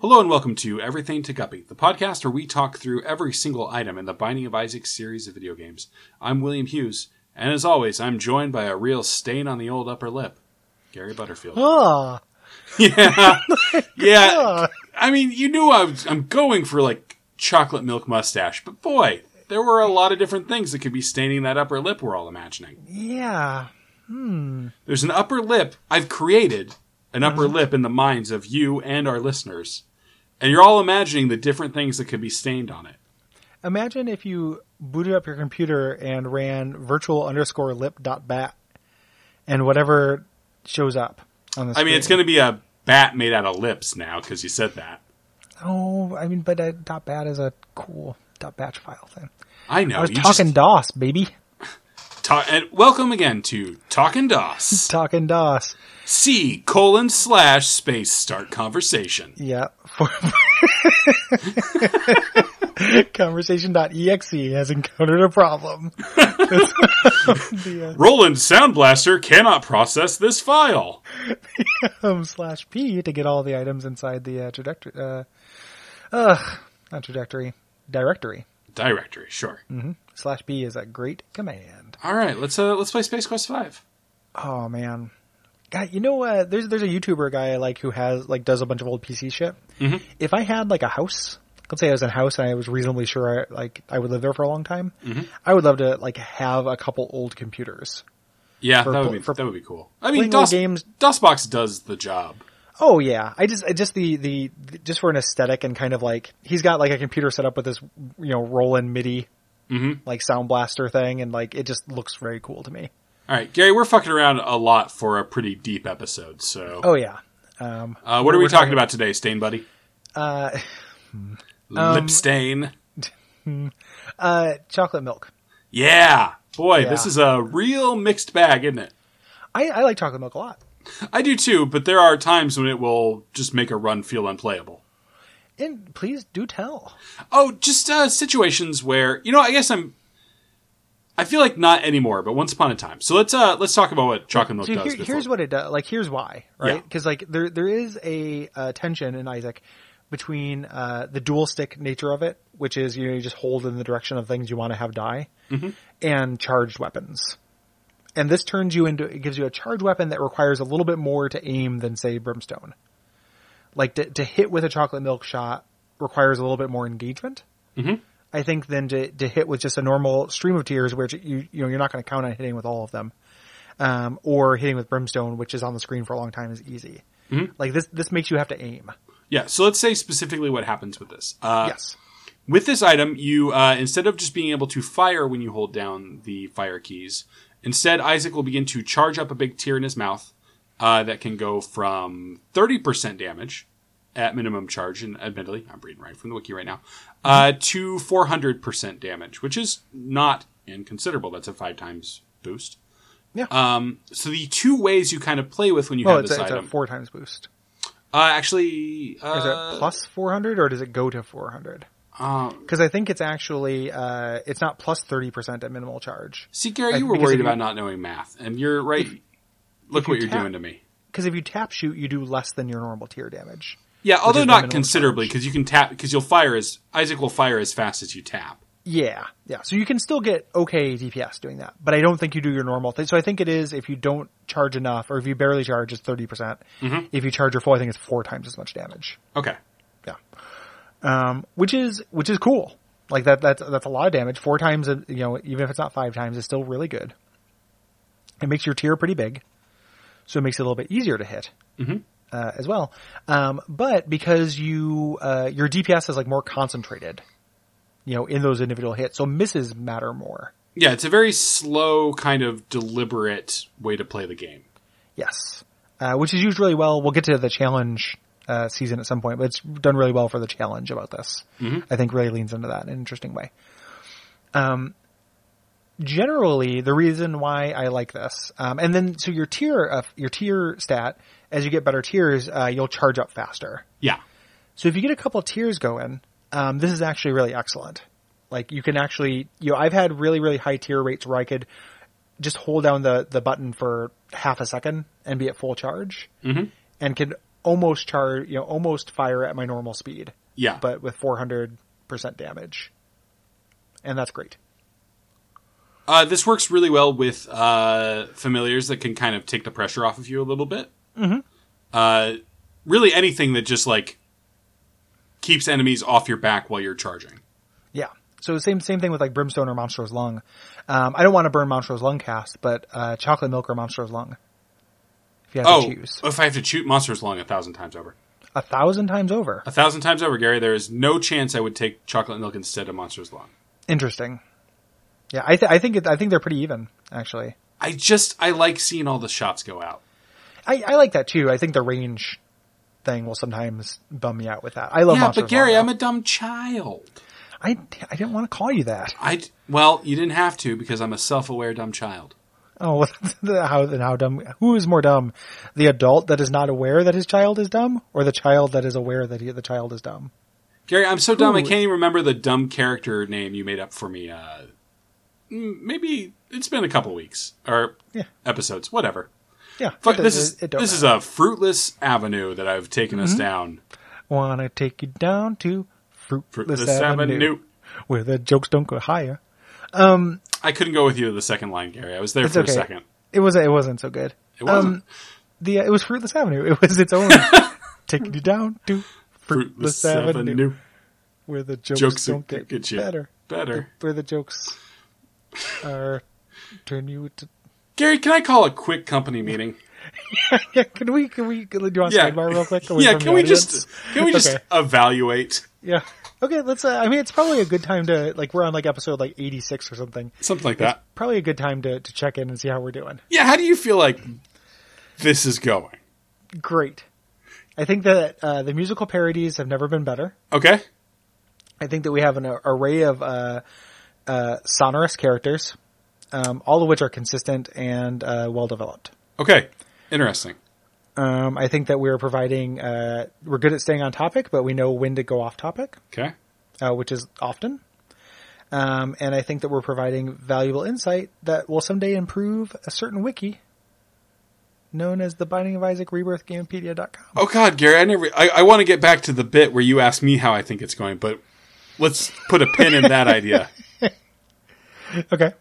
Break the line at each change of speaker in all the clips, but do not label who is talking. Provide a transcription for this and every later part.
Hello and welcome to Everything to Guppy, the podcast where we talk through every single item in the Binding of Isaac series of video games. I'm William Hughes, and as always, I'm joined by a real stain on the old upper lip, Gary Butterfield.
Ah,
yeah, yeah.
ah.
I mean, you knew I was, I'm going for like chocolate milk mustache, but boy, there were a lot of different things that could be staining that upper lip we're all imagining.
yeah. Hmm.
There's an upper lip I've created, an upper lip in the minds of you and our listeners, and you're all imagining the different things that could be stained on it.
Imagine if you booted up your computer and ran virtual underscore lip dot bat, and whatever shows up on the.
I
Screen.
mean, it's going to be a bat made out of lips now because you said that.
Oh, I mean, but a dot bat is a cool dot batch file thing.
I know.
I was
you
talking
Just
DOS, baby.
ta- and welcome again to Talking DOS.
Talking DOS.
C colon slash space start conversation.
Yeah. For Conversation.exe has encountered a problem. the
Roland Sound Blaster cannot process this file.
uh, um, slash p to get all the items inside the uh, trajectory. Uh, uh, not trajectory. Directory.
Directory, sure.
Slash p is a great command.
All right, let's uh, let's play Space Quest Five.
Oh man, God, you know uh, there's there's a YouTuber guy I like who has like does a bunch of old PC shit.
Mhm.
If I had like a house, let's say I was in a house and I was reasonably sure I like I would live there for a long time, I would love to like have a couple old computers.
Yeah,
For
that would
pl-
be
for
that would be cool. I mean,
playing old
DOS,
games-
DOSBox does the job.
Oh yeah, I just I just the, the the- just for an aesthetic and kind of like he's got like a computer set up with this you know Roland MIDI
Mhm.
like sound blaster thing and like it just looks very cool to me.
All right, Gary, we're fucking around a lot for a pretty deep episode. So,
Oh yeah, um,
uh, what are we
we're
talking,
talking-
about today, Stain Buddy?
uh, Um,
Lip stain.
uh, chocolate milk.
Yeah, boy, this
Yeah.
is a real mixed bag, isn't it?
I, I like chocolate milk a lot.
I do too, but there are times when it will just make a run feel unplayable.
And please do tell.
Oh, just uh, situations where you know. I guess I'm. I feel like not anymore, but once upon a time. So let's uh let's talk about what chocolate milk
So
does.
here,
before.
here's what it does. Like here's why,
Yeah.
right? Because like there there is a uh, tension in Isaac between uh, the dual stick nature of it, which is you know you just hold in the direction of things you want to have die,
Mm-hmm.
and charged weapons. And this turns you into it gives you a charged weapon that requires a little bit more to aim than say brimstone. Like to, to hit with a chocolate milk shot requires a little bit more engagement.
Mm-hmm.
I think than to, to hit with just a normal stream of tears, which you you know you're not going to count on hitting with all of them, um, or hitting with brimstone, which is on the screen for a long time is easy.
Mm-hmm.
Like this, this makes you have to aim.
Yeah, so let's say specifically what happens with this. Uh,
yes,
With this item, you uh, instead of just being able to fire when you hold down the fire keys, instead Isaac will begin to charge up a big tear in his mouth uh, that can go from thirty percent damage at minimum charge, and admittedly, I'm reading right from the wiki right now, uh, to four hundred percent damage, which is not inconsiderable. That's a five times boost.
Yeah.
Um, so the two ways you kind of play with when you
well,
have
Oh, it's
this
a, it's a
item,
four times boost.
uh, actually, uh,
Is it plus four hundred or does it go to four hundred?
uh,
Because I think it's actually uh, it's not plus thirty percent at minimal charge.
See, Gary,
I-
you were
because
worried
if you-
about not knowing math, and you're right. Look what
you
you're
tap-
doing to me.
Because if you tap shoot, you do less than your normal tear damage.
Yeah, although
the
not
minimum
considerably,
charge.
because you can tap because you'll fire as Isaac will fire as fast as you tap.
Yeah, yeah. So you can still get okay DPS doing that, but I don't think you do your normal thing. So I think it is if you don't charge enough, or if you barely charge, it's thirty percent.
Mm-hmm.
If you charge your full, I think it's four times as much damage.
Okay,
Yeah, um, which is which is cool. Like that that's that's a lot of damage. Four times, uh, you know, even if it's not five times, it's still really good. It makes your tier pretty big, so it makes it a little bit easier to hit uh, as well. Um, but because you uh, your DPS is like more concentrated, you know, in those individual hits, so misses matter more.
yeah, it's a very slow kind of deliberate way to play the game.
Yes, uh, which is used really well. We'll get to the challenge uh, season at some point, but it's done really well for the challenge about this. I think really leans into that in an interesting way. Um, generally, the reason why I like this, um, and then so your tier of your tier stat as you get better tiers, uh, you'll charge up faster.
Yeah,
So if you get a couple tiers going, um, this is actually really excellent. Like you can actually, you know, I've had really, really high tier rates where I could just hold down the, the button for half a second and be at full charge and could almost charge, you know, almost fire at my normal speed,
Yeah.
but with 400% damage. And that's great.
Uh, this works really well with uh, familiars that can kind of take the pressure off of you a little bit.
Mm-hmm.
Uh, really, anything that just like keeps enemies off your back while you're charging.
Yeah. So same same thing with like brimstone or monstro's lung. Um, I don't want to burn monstro's lung cast, but uh, chocolate milk or monstro's lung. If you had
Oh,
to choose,
if I have to shoot monsters long a thousand times over,
a thousand times over.
a thousand times over, Gary, there is no chance I would take chocolate milk instead of monsters long.
Interesting. Yeah, I, th- I think it, I think they're pretty even actually.
I just I like seeing all the shots go out.
I, I like that too. I think the range thing will sometimes bum me out with that. I love
yeah,
monstro's
but Gary,
lung.
I'm a dumb child.
I I didn't want to call you that.
I d- well, you didn't have to because I'm a self-aware dumb child.
Oh, well, the- how then how dumb? Who is more dumb, the adult that is not aware that his child is dumb, or the child that is aware that he, the child is dumb?
Gary, I'm so dumb. I
Ooh.
can't even remember the dumb character name you made up for me. Uh, mm, maybe it's been a couple weeks or
Yeah.
episodes, whatever.
Yeah,
Fuck,
it-
this
it-
is
it don't Mm-hmm.
this is a fruitless avenue that I've taken us down.
Wanna take you down to Fruitless,
Fruitless
Avenue,
avenue.
where the jokes don't go higher.
I couldn't go with you to the second line, Gary. I was there
It's
for
okay.
a second.
It wasn't. It wasn't so good.
It wasn't
The uh, it was Fruitless Avenue. It was its own. Taking you down to Fruitless,
fruitless
Avenue,
avenue.
where the jokes,
Jokes
don't
that
get, better.
Better.
Where the jokes are turn you to.
Gary, can I call a quick company meeting?
Yeah, can we? Can we? Do you want to
Yeah.
sidebar real quick? away
yeah,
from
can
the
we
audience?
just can we just
Okay.
evaluate
Yeah. Okay. Let's. Uh, I mean, it's probably a good time to like. We're on like episode like eighty six or something.
something like that?
Probably a good time to to check in and see how we're doing.
Yeah, how do you feel like this is going?
great. I think that uh, the musical parodies have never been better.
Okay.
I think that we have an a- array of uh, uh, sonorous characters, um, all of which are consistent and uh, well developed.
Okay. Interesting.
Um, I think that we're providing, uh, we're good at staying on topic, but we know when to go off topic,
Okay.
uh, which is often. Um, and I think that we're providing valuable insight that will someday improve a certain wiki known as the Binding of Isaac Rebirth Gamepedia.com.
Oh God, Gary, I never. I, I want to get back to the bit where you asked me how I think it's going, but let's put a pin in that idea.
Okay.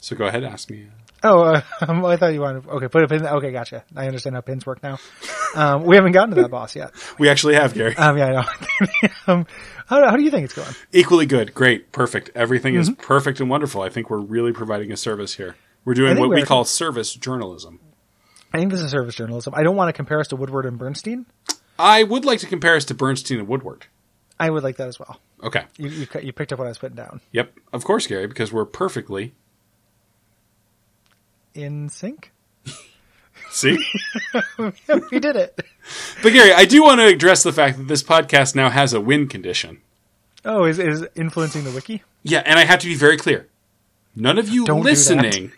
So go ahead, ask me.
Oh, uh, um, I thought you wanted. Okay, put a pin. Okay, gotcha. I understand how pins work now. Um, we haven't gotten to that boss yet.
We actually have Gary.
Um, yeah, I know. um, how, how do you think it's going?
Equally good, great, perfect. Everything is
Mm-hmm.
perfect and wonderful. I think we're really providing a service here. We're doing
think
what we
we're-
call service journalism.
I think this is service journalism. I don't want to compare us to Woodward and Bernstein.
I would like to compare us to Bernstein and Woodward.
I would like that as well.
Okay.
You you, cu- you picked up what I was putting down.
Yep. Of course, Gary, because we're perfectly.
In sync,
See?
we did it.
but Gary, I do want to address the fact that this podcast now has a win condition.
Oh, is is influencing the wiki?
Yeah, and I have to be very clear. None of you
Don't do that.
listening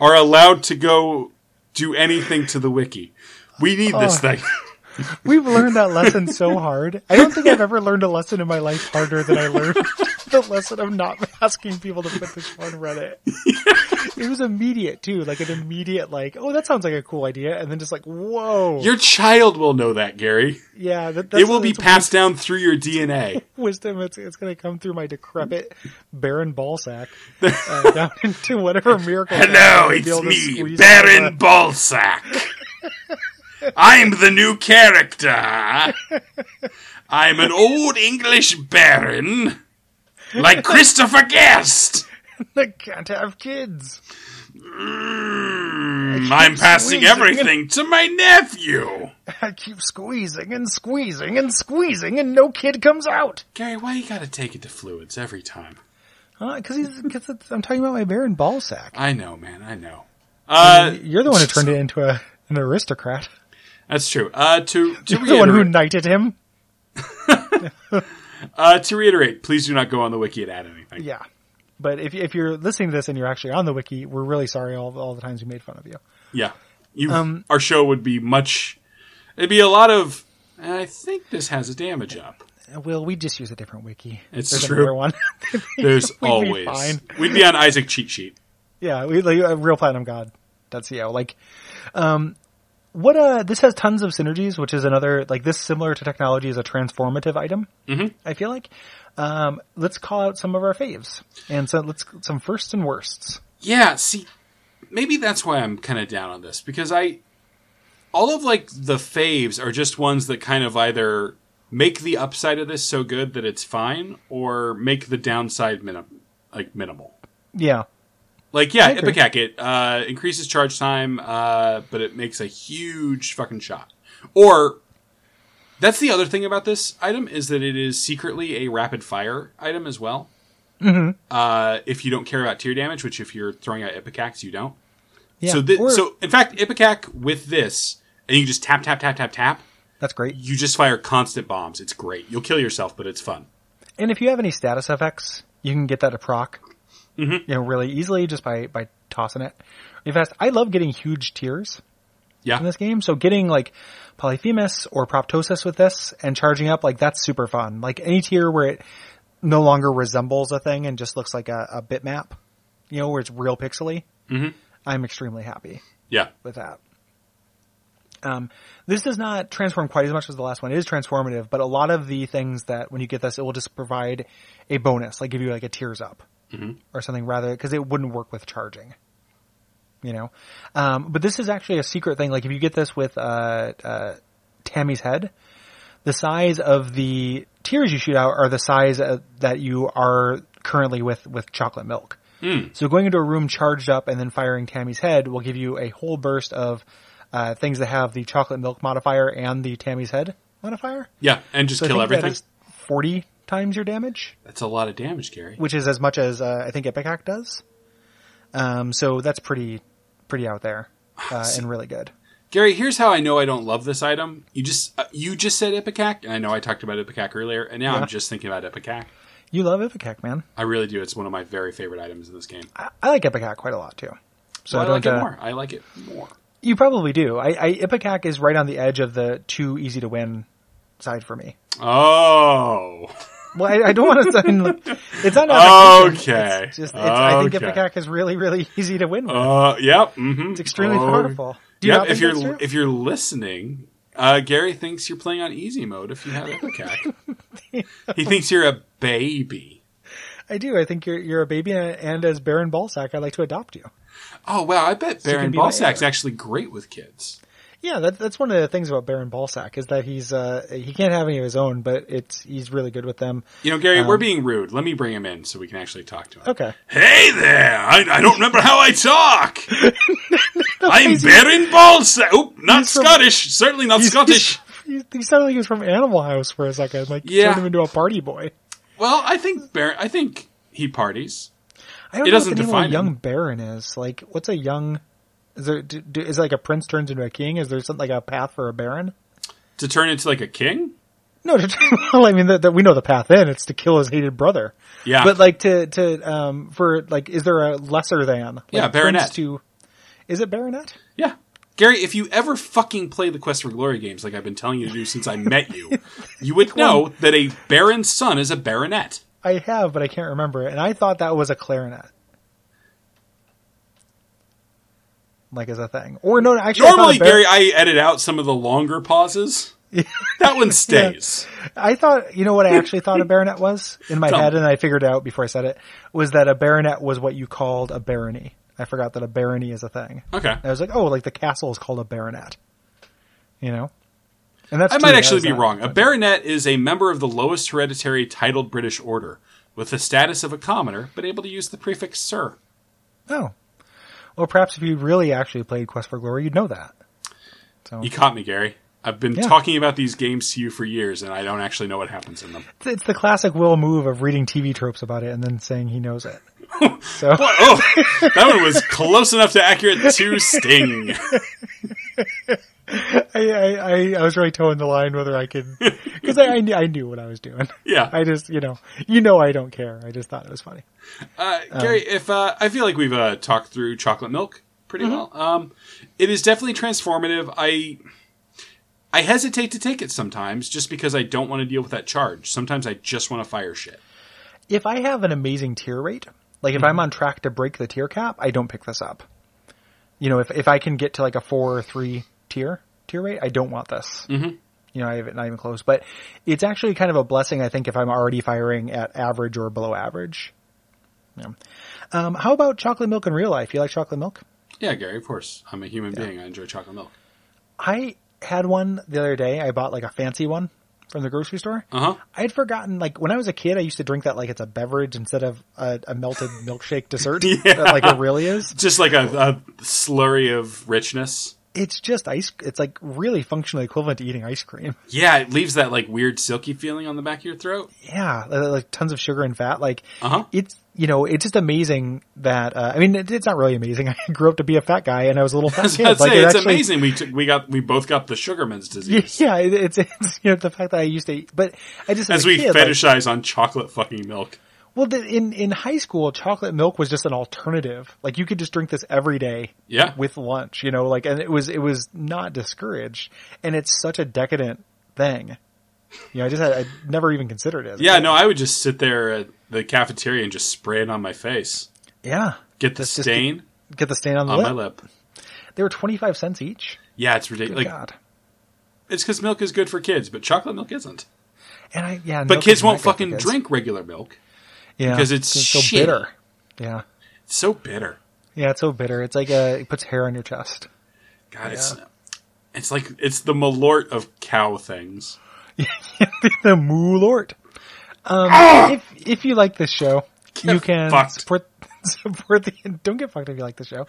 are allowed to go do anything to the wiki. We need
Oh.
this thing.
We've learned that lesson so hard. I don't think I've ever learned a lesson in my life harder than I learned the lesson of not asking people to put this on Reddit. It was immediate too, like an immediate like, oh, that sounds like a cool idea, and then just like, whoa,
Your child will know that, Gary.
yeah, that, that's
It will be
that's
passed down through your DNA.
wisdom. It's it's gonna come through my decrepit barren ballsack uh, down into whatever miracle.
Hello,
I'll be
it's
able to
me,
squeeze out
Baron
of
Balsack. I'm the new character. I'm an old English baron, like Christopher Guest.
the- I can't have kids.
Mm, I'm passing
squeezing.
everything to my nephew.
I keep squeezing and squeezing and squeezing, and no kid comes out.
Gary, why you gotta take it to fluids every time?
Because he's because I'm talking about my Baron Ballsack.
I know, man, I know. Uh,
You're the one who turned it into a, an aristocrat.
that's true. Uh, to to
You're the one who
reiterate,
knighted him.
uh, to reiterate, please do not go on the wiki and add anything.
Yeah, but if if you're listening to this and you're actually on the wiki, we're really sorry all all the times we made fun of you.
Yeah. You, our show would be much. It'd be a lot of. I think this has a damage up.
Will we just use a different wiki?
It's
There's
true.
another one.
There's
be
always.
fine.
We'd be on Isaac cheat sheet.
yeah, we like uh, real platinum god. That's yeah, like um what uh this has tons of synergies, which is another like this similar to technology is a transformative item. Mm-hmm. I feel like. Um, let's call out some of our faves and so let's some firsts and worsts.
Yeah, see, maybe that's why I'm kind of down on this because I, all of like the faves are just ones that kind of either make the upside of this so good that it's fine or make the downside minim- like minimal.
Yeah.
Like yeah,
I agree.
Ipecac it uh, increases charge time, uh, but it makes a huge fucking shot. Or that's the other thing about this item is that it is secretly a rapid fire item as well.
Mm-hmm.
Uh, if you don't care about tier damage, which if you're throwing out Ipecacs, you don't.
Yeah.
So, thi-
Or-
so in fact, Ipecac with this, and you just tap, tap, tap, tap, tap.
that's great.
You just fire constant bombs. It's great. You'll kill yourself, but it's fun.
And if you have any status effects, you can get that to proc, you know, really easily just by by tossing it. In fact, I love getting huge tiers in
Yeah,
this game, so getting like Polyphemus or Proptosis with this and charging up, like that's super fun. Like any tier where it no longer resembles a thing and just looks like a, a bitmap, you know, where it's real pixely. I'm extremely happy
yeah,
with that. Um, this does not transform quite as much as the last one. It is transformative, but a lot of the things that when you get this, it will just provide a bonus, like give you like a tears up or something rather, because it wouldn't work with charging. You know, um, but this is actually a secret thing. Like if you get this with uh, uh, Tammy's head, the size of the tears you shoot out are the size uh, that you are currently with with chocolate milk. So going into a room charged up and then firing Tammy's head will give you a whole burst of uh, things that have the chocolate milk modifier and the Tammy's head modifier.
yeah, and just
So
kill
I think
everything.
that is forty times your damage,
That's a lot of damage, Gary.
which is as much as uh, I think Ipecac does. Um, so that's pretty pretty out there uh, and really good.
Gary, here's how I know I don't love this item. You just uh, you just said Ipecac, and I know I talked about Ipecac earlier, and now
Yeah.
I'm just thinking about Ipecac.
You love Ipecac, man.
I really do. It's one of my very favorite items in this game.
I, I like Ipecac quite a lot too. So
I, like
don't,
it
uh,
more. I like it more.
You probably do. I, I Ipecac is right on the edge of the too easy to win side for me.
Oh,
Well, I, I don't want to sound. Like, it's not.
Okay.
an accusation. It's just, it's, I think
Okay.
Ipecac is really, really easy to win with.
uh, yep. Mm-hmm. It's
extremely powerful. Do you
yep.
not
If
think
you're
that's true?
if you're listening, uh, Gary thinks you're playing on easy mode. If you have Ipecac, he thinks you're a baby.
I do. I think you're you're a baby, and, and as Baron Balsack, I'd like to adopt you.
Oh wow! I bet
you
Baron
can be my
Balsack's
heir.
actually great with kids.
Yeah, that, that's one of the things about Baron Balsack is that he's uh he can't have any of his own, but it's he's really good with them.
You know, Gary, we're being rude. Let me bring him in so we can actually talk to him.
Um, Okay,
Hey there! I, I don't remember how I talk. I'm Baron Balsack. Oop, not
He's from-
Scottish. Certainly not Scottish.
He, he sounded like he was from Animal House for a second, like
Yeah.
turned him into a party boy.
Well, I think Baron. I think he parties.
I don't
It
know
doesn't
what the name of
define
a
him.
young baron is. Like, what's a young? Is there do, do, is it like a prince turns into a king? Is there something like a path for a baron?
to turn into like a king.
No, to, well, I mean that that we know the path in. It's to kill his hated brother.
Yeah,
But like to to um for like, is there a lesser than? Like,
Yeah, baronet.
prince To is it baronet?
yeah. Gary, if you ever fucking play the Quest for Glory games like I've been telling you to do since I met you, you would know that a baron's son is a baronet.
I have, but I can't remember it. And I thought that was a clarinet. Like as a thing, or no? Actually, I thought a
Normally,
bar-
Gary, I edit out some of the longer pauses. That one stays.
I thought, you know what I actually thought a baronet was in my
Tell
head,
me.
and I figured it out before I said it, was that a baronet was what you called a barony. I forgot that a barony is a thing.
Okay.
I was like, oh, like the castle is called a baronet. You know? And that's
I
true,
might
that
actually
is
be
not-
wrong. A baronet is a member of the lowest hereditary titled British order, with the status of a commoner, but able to use the prefix sir.
Oh. Well, perhaps if you really actually played Quest for Glory, you'd know that.
You caught me, Gary. I've been
Yeah.
talking about these games to you for years, and I don't actually know what happens in them.
It's, it's the classic Will move of reading TV tropes about it and then saying he knows it. So,
Oh, that one was close enough to accurate to sting.
I, I, I, I was really toeing the line whether I could, because I, I, knew- I knew what I was doing.
Yeah,
I just, you know, you know, I don't care. I just thought it was funny.
uh,
Um,
Gary. If uh, I feel like we've uh, talked through chocolate milk pretty
Mm-hmm.
well, um, it is definitely transformative. I I hesitate to take it sometimes just because I don't want to deal with that charge. Sometimes I just want to fire shit.
If I have an amazing tier rate, like if I'm on track to break the tier cap, I don't pick this up. You know, if if I can get to like a four or three tier, tier rate. I don't want this.
Mm.
Mm-hmm. You know, I have it not even close. But it's actually kind of a blessing, I think, if I'm already firing at average or below average. Yeah. Um, how about chocolate milk in real life? You like chocolate milk?
Yeah, Gary, of course. I'm a human being. I enjoy chocolate milk.
I had one the other day. I bought like a fancy one from the grocery store.
Uh huh.
I had forgotten, like when I was a kid, I used to drink that like it's a beverage instead of a, a melted milkshake dessert, that, like it really is.
Just like a, a slurry of richness.
It's just ice. It's like really functionally equivalent to eating ice cream.
Yeah, it leaves that like weird silky feeling on the back of your throat.
Yeah, li- li- like tons of sugar and fat. Like
Uh-huh.
it's you know it's just amazing that uh, I mean it, it's not really amazing. I grew up to be a fat guy and I was a little fat kid.
I'd
like
say
it
it's
actually-
amazing. We took, we got we both got the Sugarman's
Yeah,
disease
yeah, it, it's it's you know the fact that I used to, eat, but I just as,
as
a
we
kid, like,
fetishize on chocolate fucking milk.
Well, the, in in high school, chocolate milk was just an alternative. Like you could just drink this every day
Yeah.
with lunch, you know. Like, and it was it was not discouraged, and it's such a decadent thing. You know, I just had, I never even considered it. as a
Yeah,
kid.
no, I would just sit there at the cafeteria and just spray it on my face.
yeah.
Get the
That's just
stain
Get the stain on the
on
lip.
my lip.
They were twenty five cents each.
Yeah, it's ridiculous. Like,
God.
it's because milk is good for kids, but chocolate milk isn't.
And I yeah.
But
milk
kids
is not
won't
good for
fucking
kids.
drink regular milk.
yeah,
because it's
so
shitty.
bitter. Yeah.
It's so bitter.
Yeah, it's so bitter. It's like uh it puts hair on your chest.
God, it's it's like it's the malort of cow things.
the Moo Lord. Um,
Ah!
if if you like this show, you can
fucked.
support support the don't get fucked if you like the show.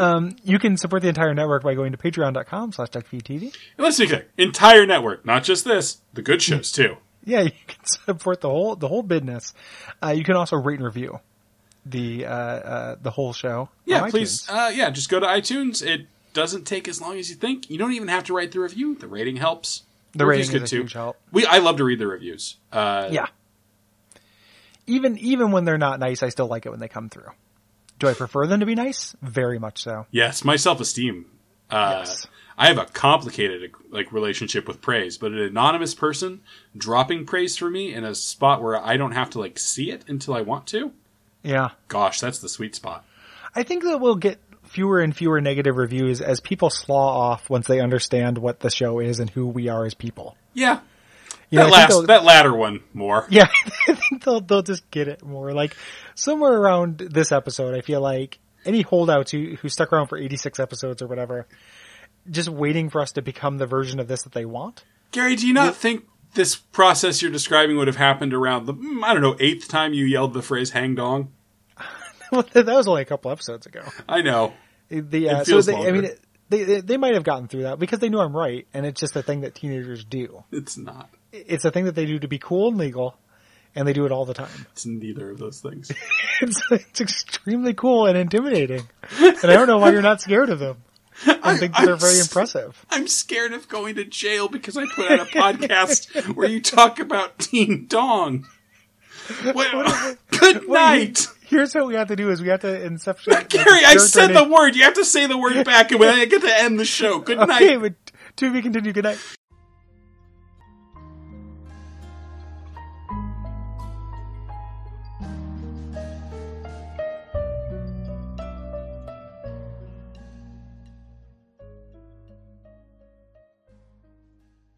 um, you can support the entire network by going to patreon.com slash duckfeedtv.
And let's be clear, entire network, not just this, the good
Mm.
shows too.
Yeah, you can support the whole the whole business. Uh, you can also rate and review the uh, uh, the whole show.
Yeah,
on
please.
iTunes.
Uh, yeah, just go to iTunes. It doesn't take as long as you think. You don't even have to write the review. The rating helps.
The
review's
rating is a huge help.
We I love to read the reviews. Uh,
Yeah. Even even when they're not nice, I still like it when they come through. Do I prefer them to be nice? Very much so.
Yes, my self esteem. Uh,
Yes.
I have a complicated like relationship with praise, but an anonymous person dropping praise for me in a spot where I don't have to like see it until I want to.
Yeah.
Gosh, that's the sweet spot.
I think that we'll get fewer and fewer negative reviews as people slaw off once they understand what the show is and who we are as people.
Yeah, that
You know, I think
last
they'll-
that latter one more.
yeah, I think they'll they'll just get it more. Like somewhere around this episode, I feel like any holdouts who who stuck around for eighty six episodes or whatever, just waiting for us to become the version of this that they want.
Gary, do you not think this process you're describing would have happened around the mm, I don't know eighth time you yelled the phrase "hang dong"?
Well, that was only a couple episodes ago.
I know.
The uh,
It feels
so they, I mean,
longer.
they they- they might have gotten through that because they knew I'm right, and it's just a thing that teenagers do.
It's not.
It's a thing that they do to be cool and legal, and they do it all the time.
It's neither of those things.
it's, it's extremely cool and intimidating. And I don't know why you're not scared of them. I think that
I'm
they're very
s-
impressive.
I'm scared of going to jail because I put out a podcast where you talk about Teen Dong. Well, good night.
Here's what we have to do is we have to inception. like,
Gary, I
character
said
name-
the word. You have to say the word back, and when I get to end the show, good
Okay,
night.
but to be continued. Good night.